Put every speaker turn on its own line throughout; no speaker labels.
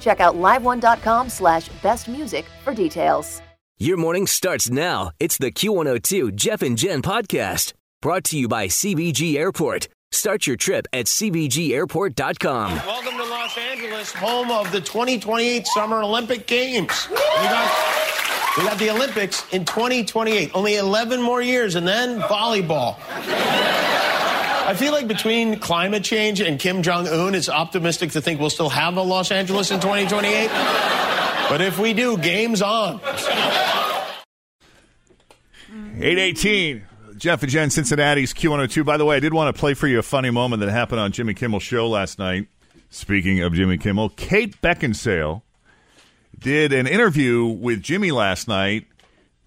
Check out liveone.com slash bestmusic for details.
Your morning starts now. It's the Q102 Jeff and Jen podcast brought to you by CBG Airport. Start your trip at CBGAirport.com.
Welcome to Los Angeles, home of the 2028 Summer Olympic Games. We got, we got the Olympics in 2028. Only 11 more years, and then volleyball. I feel like between climate change and Kim Jong Un, it's optimistic to think we'll still have a Los Angeles in 2028. But if we do, game's on.
818. Jeff and Jen, Cincinnati's Q102. By the way, I did want to play for you a funny moment that happened on Jimmy Kimmel's show last night. Speaking of Jimmy Kimmel, Kate Beckinsale did an interview with Jimmy last night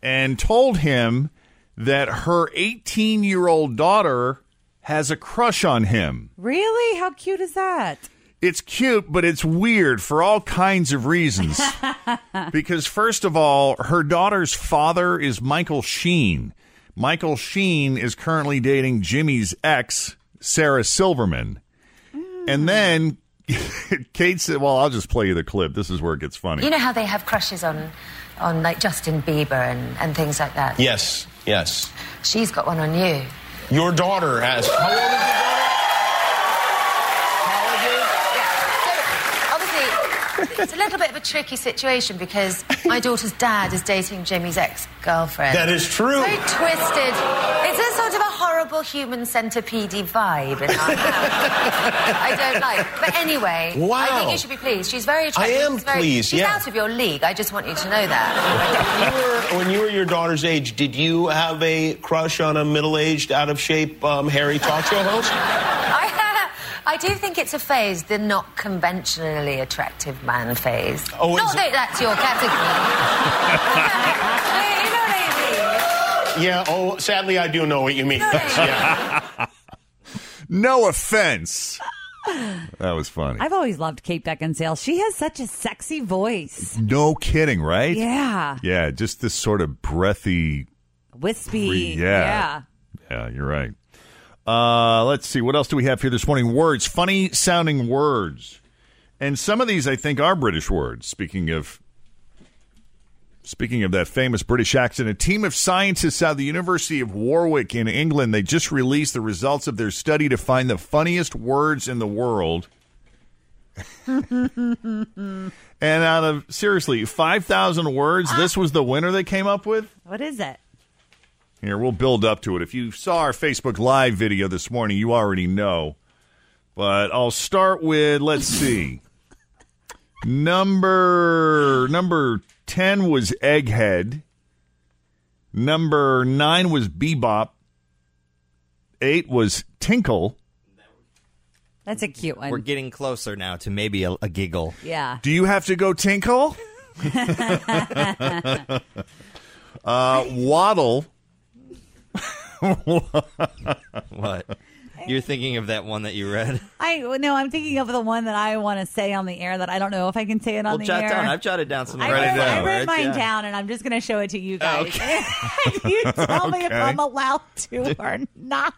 and told him that her 18 year old daughter has a crush on him.
Really? How cute is that?
It's cute, but it's weird for all kinds of reasons. because, first of all, her daughter's father is Michael Sheen. Michael Sheen is currently dating Jimmy's ex, Sarah Silverman. And then Kate said, Well, I'll just play you the clip. This is where it gets funny.
You know how they have crushes on, on like Justin Bieber and, and things like that.
Yes, yes.
She's got one on you.
Your daughter has. How old is your daughter? College age?
Obviously, it's a little bit of a tricky situation because my daughter's dad is dating Jimmy's ex-girlfriend.
That is true.
Very twisted. It's a sort of a horrible human centipede vibe in our house. I don't like. But anyway, I
Wow.
think you should be pleased. She's very attractive.
am
She's very-
pleased,
She's
yeah.
out of your league. I just want you to know that.
When you were- when you were your daughter's age, did you have a crush on a middle-aged, out-of-shape um, Harry talk show host?
I, I do think it's a phase, the not conventionally attractive man phase.
Oh, is
not
it-
that that's your category. you know what I mean?
Yeah. Oh, sadly, I do know what you mean. yeah.
No offense. that was funny.
I've always loved Kate Beckinsale. She has such a sexy voice.
no kidding, right?
Yeah.
Yeah, just this sort of breathy.
Wispy.
Yeah. Yeah, you're right. Uh, let's see. What else do we have here this morning? Words, funny sounding words. And some of these I think are British words. Speaking of Speaking of that famous British accent, a team of scientists out of the University of Warwick in England, they just released the results of their study to find the funniest words in the world. and out of seriously 5,000 words, this was the winner they came up with?
What is it?
Here, we'll build up to it. If you saw our Facebook Live video this morning, you already know. But I'll start with let's see. number number 10 was Egghead. Number 9 was Bebop. 8 was Tinkle.
That's a cute one.
We're getting closer now to maybe a, a giggle.
yeah.
Do you have to go Tinkle? uh, waddle.
What? You're thinking of that one that you read.
I no, I'm thinking of the one that I want to say on the air that I don't know if I can say it on
Well,
the
jot
air.
down. I've jotted down some.
I
notes
wrote, I
somewhere.
wrote mine
Yeah.
down, and I'm just going to show it to you guys.
Okay.
you tell me if
Okay.
I'm allowed to or not.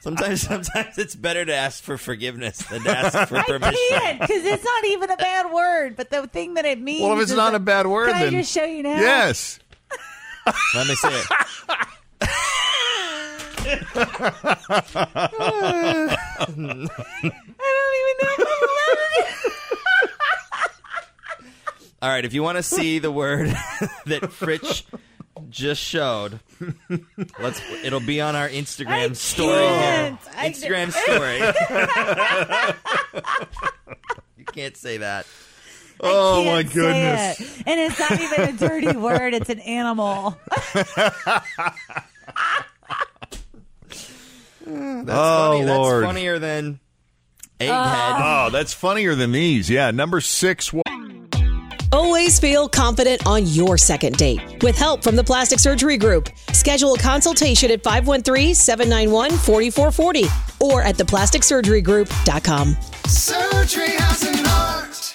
Sometimes, sometimes it's better to ask for forgiveness than to ask for
I
permission.
can't because it's not even a bad word, but the thing that it means.
Well, if it's
is
not
that-
a bad word,
can
then
I just show you now?
Yes.
Let me see it.
I don't even know if I'm allowed to do
All right, if you want to see the word that Fritch just showed, let's. It'll be on our Instagram
I
story.
can't.
here.
I
Instagram story. you can't say that.
Oh my
can't say
goodness.
it. And it's not even a dirty word, it's an animal.
oh Oh,
Funny,
lord.
That's funnier than
Uh.
egghead.
Oh, that's funnier than these. Yeah, number six. wa-
Always feel confident on your second date. With help from the Plastic Surgery Group, schedule a consultation at 513-791-4440 or at theplasticsurgerygroup.com.
Surgery has an art.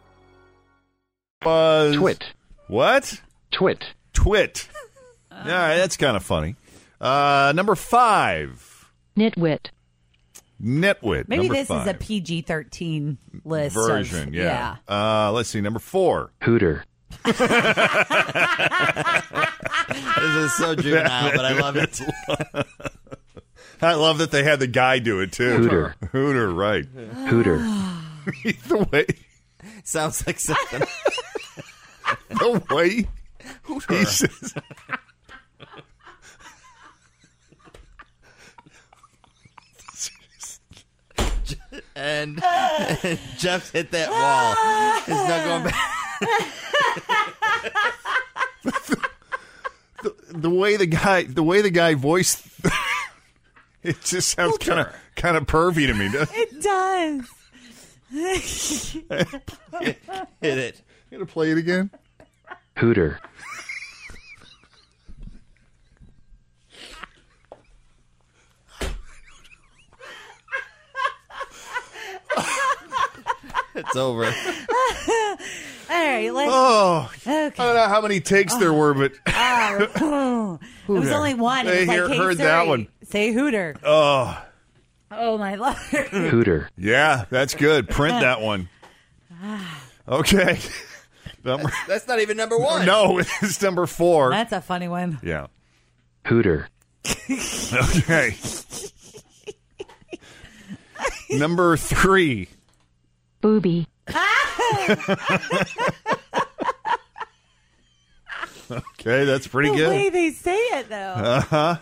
Was
Twit.
What?
Twit.
Twit. All right, that's kind of funny. Uh, number five.
Nitwit.
Nitwit.
Maybe
number
this is a
five.
PG 13 list. of-
version. yeah. Uh, let's see. Number four.
Hooter.
This is so juvenile, but I love it.
I love that they had the guy do it too.
Hooter.
Hooter. Right.
Hooter.
the way.
Sounds like something.
The way. He says.
And, and Jeff's hit that wall. There's no going back.
the way the guy the way the guy voiced it just sounds kind of kind of pervy to me. doesn't it?
It does.
Hit it.
You gonna play it again?
Hooter.
It's over.
All right, let's.
Oh, I
Okay.
don't know how many takes there were, but
Oh, it was
Hooter.
only one.
They
it was like,
hear-
hey,
heard that
Siri,
one.
Say Hooter.
oh
Oh, my lord.
Hooter.
yeah, that's good. Print that one. Okay, number
That's not even number one.
no, it's number four.
That's a funny one.
yeah.
Hooter.
Okay. number three.
Booby.
Okay, that's pretty
the way
good. Uh,
they say it, though.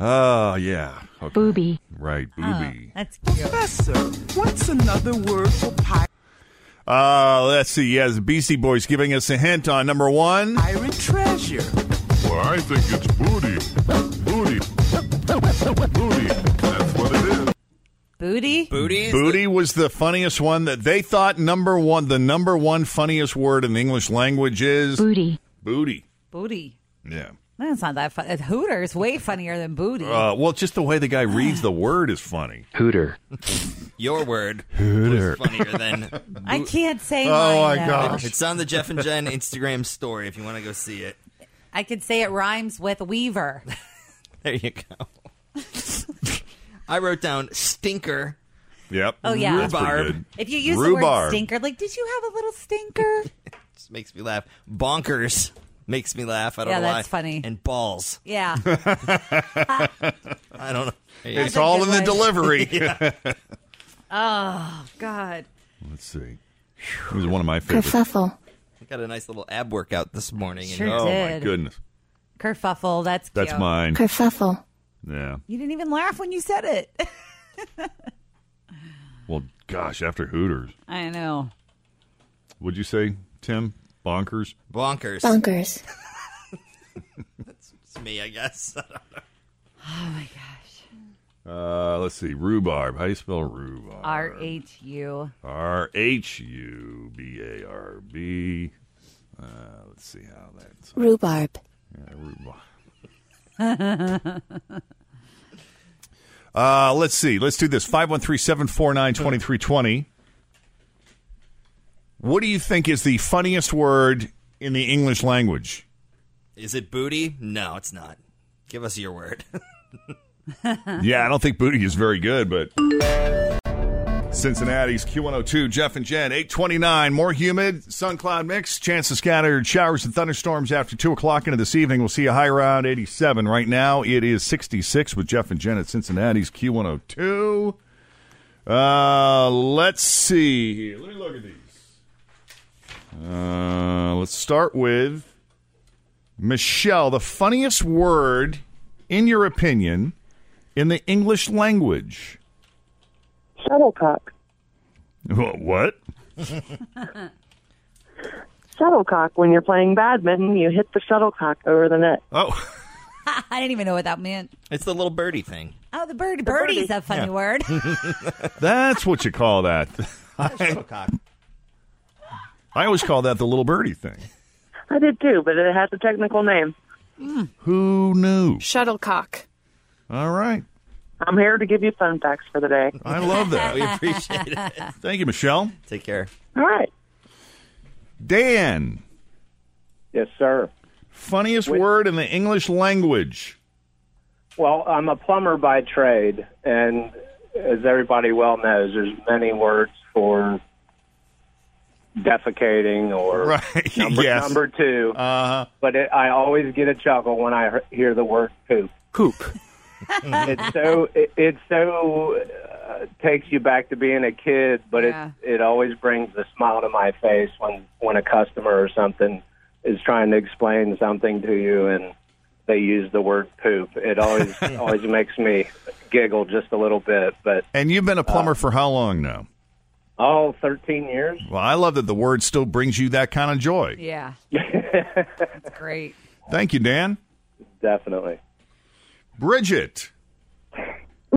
Oh yeah. Okay.
Booby.
Right, booby.
That's cute.
What's another word for
Uh, let's see. Yes, Beastie Boys giving us a hint on number one.
pirate treasure?
Well, I think it's booty. Booty. Booty. That's what it is.
Booty?
Booties.
Booty was the funniest one that they thought number one, the number one funniest word in the English language is
Booty.
booty.
Booty.
Yeah.
That's not that fun. Hooter is way funnier than booty.
Uh, well, just the way the guy reads the word is funny.
Hooter.
Your word
Hooter.
was funnier than.
I can't say
Oh,
mine,
my
though.
gosh.
It's on the Jeff and Jen Instagram story if you want to go see it.
I could say it rhymes with Weaver.
There you go. I wrote down stinker.
Yep.
Oh, yeah.
That's pretty
Rhubarb.
good.
If you use the
Rhubarb.
word stinker, like, did you have a little stinker?
Just makes me laugh. Bonkers makes me laugh. I don't
Yeah,
know why.
that's funny.
And balls.
yeah.
I don't know. There you
It's
go.
all in the
one.
delivery.
Oh, God.
Let's see. It was one of my favorites.
Kerfuffle.
I got a nice little ab workout this morning.
Sure.
And,
Oh my
Did.
goodness,
Kerfuffle. That's cute.
that's mine.
Kerfuffle.
Yeah.
You didn't even laugh when you said it.
Well, gosh, after Hooters,
I know.
would you say, Tim? Bonkers.
Bonkers.
Bonkers.
It's me, I guess. I don't know.
Uh, let's see. Rhubarb. How do you spell rhubarb?
R H U.
R H U B A R B. Uh, Let's see how that's. uh,
Rhubarb.
Yeah, rhubarb.
That's
Uh, let's see. Let's do this. 513 749 2320. What do you think is the funniest word in the English language?
Is it booty? No, it's not. Give us your word.
yeah, I don't think booty is very good, but. Cincinnati's Q102, Jeff and Jen, 829. More humid, sun cloud mix, chance of scattered showers and thunderstorms after 2 o'clock into this evening. We'll see a high around 87. Right now, it is 66 with Jeff and Jen at Cincinnati's Q102. Uh, let's see here. Let me look at these. Uh, let's start with Michelle. The funniest word, in your opinion, in the English language?
Shuttlecock.
Wha- What?
Shuttlecock. When you're playing badminton, you hit the shuttlecock over the net.
Oh.
I didn't even know what that meant.
It's the little birdie thing.
Oh, the bird. birdie's a funny
Yeah.
word.
That's what you call that. I, I always call that the little birdie thing.
I did too, but it has a technical name.
Hmm. Who knew?
Shuttlecock.
All right.
I'm here to give you fun facts for the day.
I love that. We
appreciate it.
Thank you, Michelle.
Take care.
All right.
Dan.
Yes, sir.
Funniest word in the English language.
Well, I'm a plumber by trade, and as everybody well knows, there's many words for defecating or
Right,
number,
yes.
number 2 But it, I always get a chuckle when I he- hear the word poop. Poop. it's so it, it so uh, takes you back to being a kid, but
Yeah.
it
uh,
it always brings a smile to my face when when a customer or something is trying to explain something to you and they use the word poop. It always always makes me giggle just a little bit. But
And you've been a plumber for how long now?
all Uh, Oh, thirteen years.
Well, I love that the word still brings you that kind of joy.
yeah. That's great.
Thank you, Dan.
Definitely.
Bridget.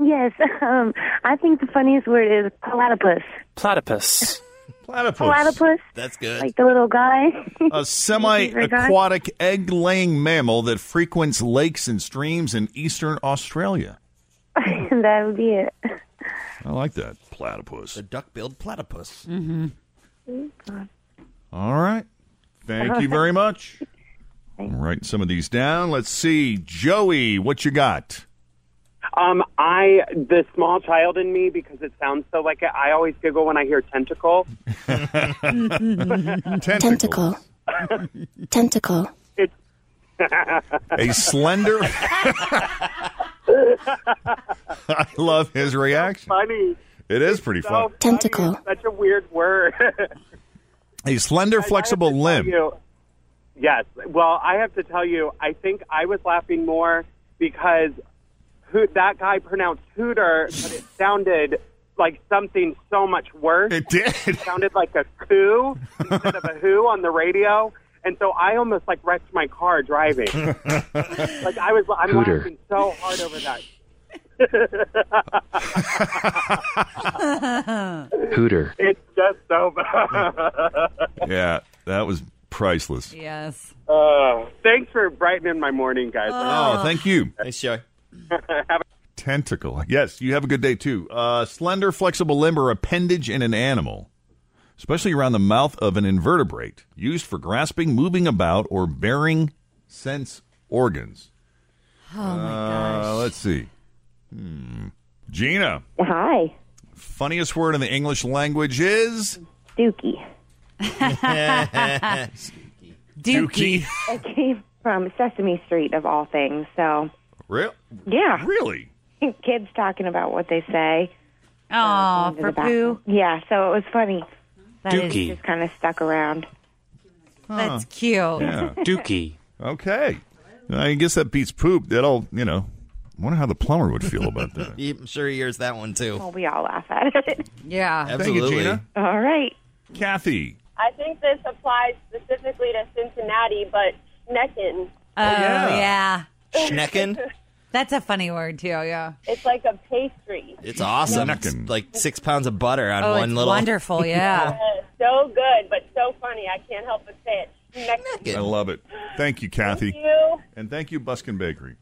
Yes, um, I think the funniest word is platypus.
Platypus. Platypus.
Platypus.
That's good.
Like the little guy.
A semi aquatic egg laying mammal that frequents lakes and streams in eastern Australia.
that would be it.
I like that. Platypus.
The duck billed platypus.
Mm-hmm.
All right. Thank you very much. I'm writing some of these down. Let's see. Joey, what you got?
Um, I the small child in me because it sounds so like it. I always giggle when I hear tentacle.
Tentacle.
Tentacle.
A slender. I love his reaction.
Funny.
It is pretty
So
fun.
funny. It's Such a weird word.
A slender, flexible limb.
you, yes. Well, I have to tell you, I think I was laughing more because who that guy pronounced Hooter, but it sounded like something so much worse.
It did. It
sounded like a coup instead of a who on the radio. And so I almost like wrecked my car driving. like I was, I'm
Hooter.
laughing so hard over that.
Hooter.
It's just so bad.
Yeah, that was priceless.
yes.
Uh, thanks for brightening my morning, guys.
Oh, thank you.
Thanks, Joey.
Tentacle. Yes, you have a good day too. Uh, slender, flexible limb or appendage in an animal, especially around the mouth of an invertebrate, used for grasping, moving about, or bearing sense organs.
Oh, my
Uh, let's see. Hmm. Gina,
Hi.
funniest word in the English language is
Dookie.
Dookie.
It came from Sesame Street, of all things. So,
Real?
yeah.
Really?
Kids talking about what they say.
Oh,
for poo. Yeah, so it was funny. That
is- Dookie.
just kind of stuck around.
That's cute.
Yeah. Dookie. Okay. I guess that beats poop. That'll, you know, I wonder how the plumber would feel about that.
I'm sure he hears that one too.
Oh,
Well, we all laugh at it.
Yeah.
Thank you, Gina.
All right.
Kathy.
I think this applies specifically to Cincinnati, but Schnecken.
Oh, yeah.
Schnecken.
That's a funny word, too. Yeah.
It's like a pastry.
It's awesome. It's like six pounds of butter on
Oh,
one
it's
little.
wonderful, yeah.
Uh, so good, but so funny. I can't help but say it. Schnecken.
I love it. Thank you, Kathy.
Thank you.
And thank you, Buskin Bakery.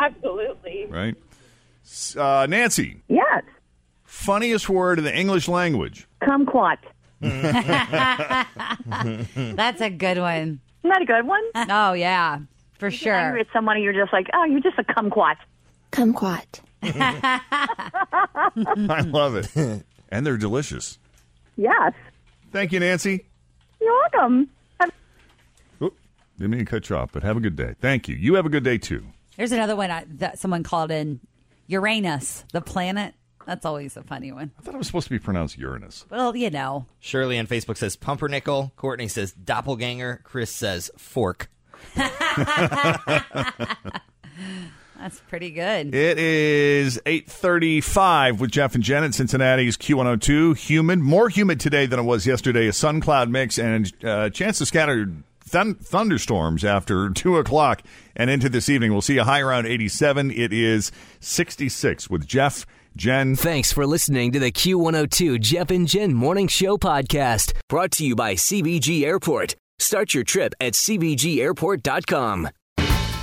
Absolutely.
Right? S- Uh, Nancy.
Yes.
Funniest word in the English language.
Kumquat.
That's a good one.
Isn't that a good one?
Oh, yeah. For
You're
sure.
angry at someone and you're just like, oh, you're just a kumquat.
Kumquat.
I love it. And they're delicious.
Yes.
Thank you, Nancy.
You're welcome.
Didn't mean to cut you off, but have a good day. Thank you. You have a good day, too.
There's another one I, that someone called in Uranus, the planet. That's always a funny one.
I thought it was supposed to be pronounced Uranus.
Well, you know.
Shirley on Facebook says pumpernickel. Courtney says doppelganger. Chris says fork.
That's pretty good.
It is 8:35 with Jeff and Jen at Cincinnati's Q102. Humid, more humid today than it was yesterday. A sun cloud mix and uh, chance of scattered thun- thunderstorms after two o'clock and into this evening. We'll see a high around 87. It is 66 with Jeff, Jen.
Thanks for listening to the Q102 Jeff and Jen Morning Show podcast, brought to you by CBG Airport. Start your trip at CBGAirport.com.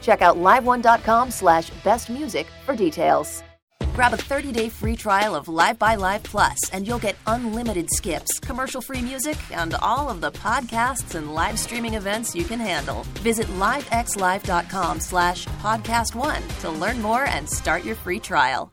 Check out liveone.com slash bestmusic for details. Grab a 30-day free trial of Live by Live Plus, and you'll get unlimited skips, commercial-free music, and all of the podcasts and live streaming events you can handle. Visit livexlive.com slash podcast one to learn more and start your free trial.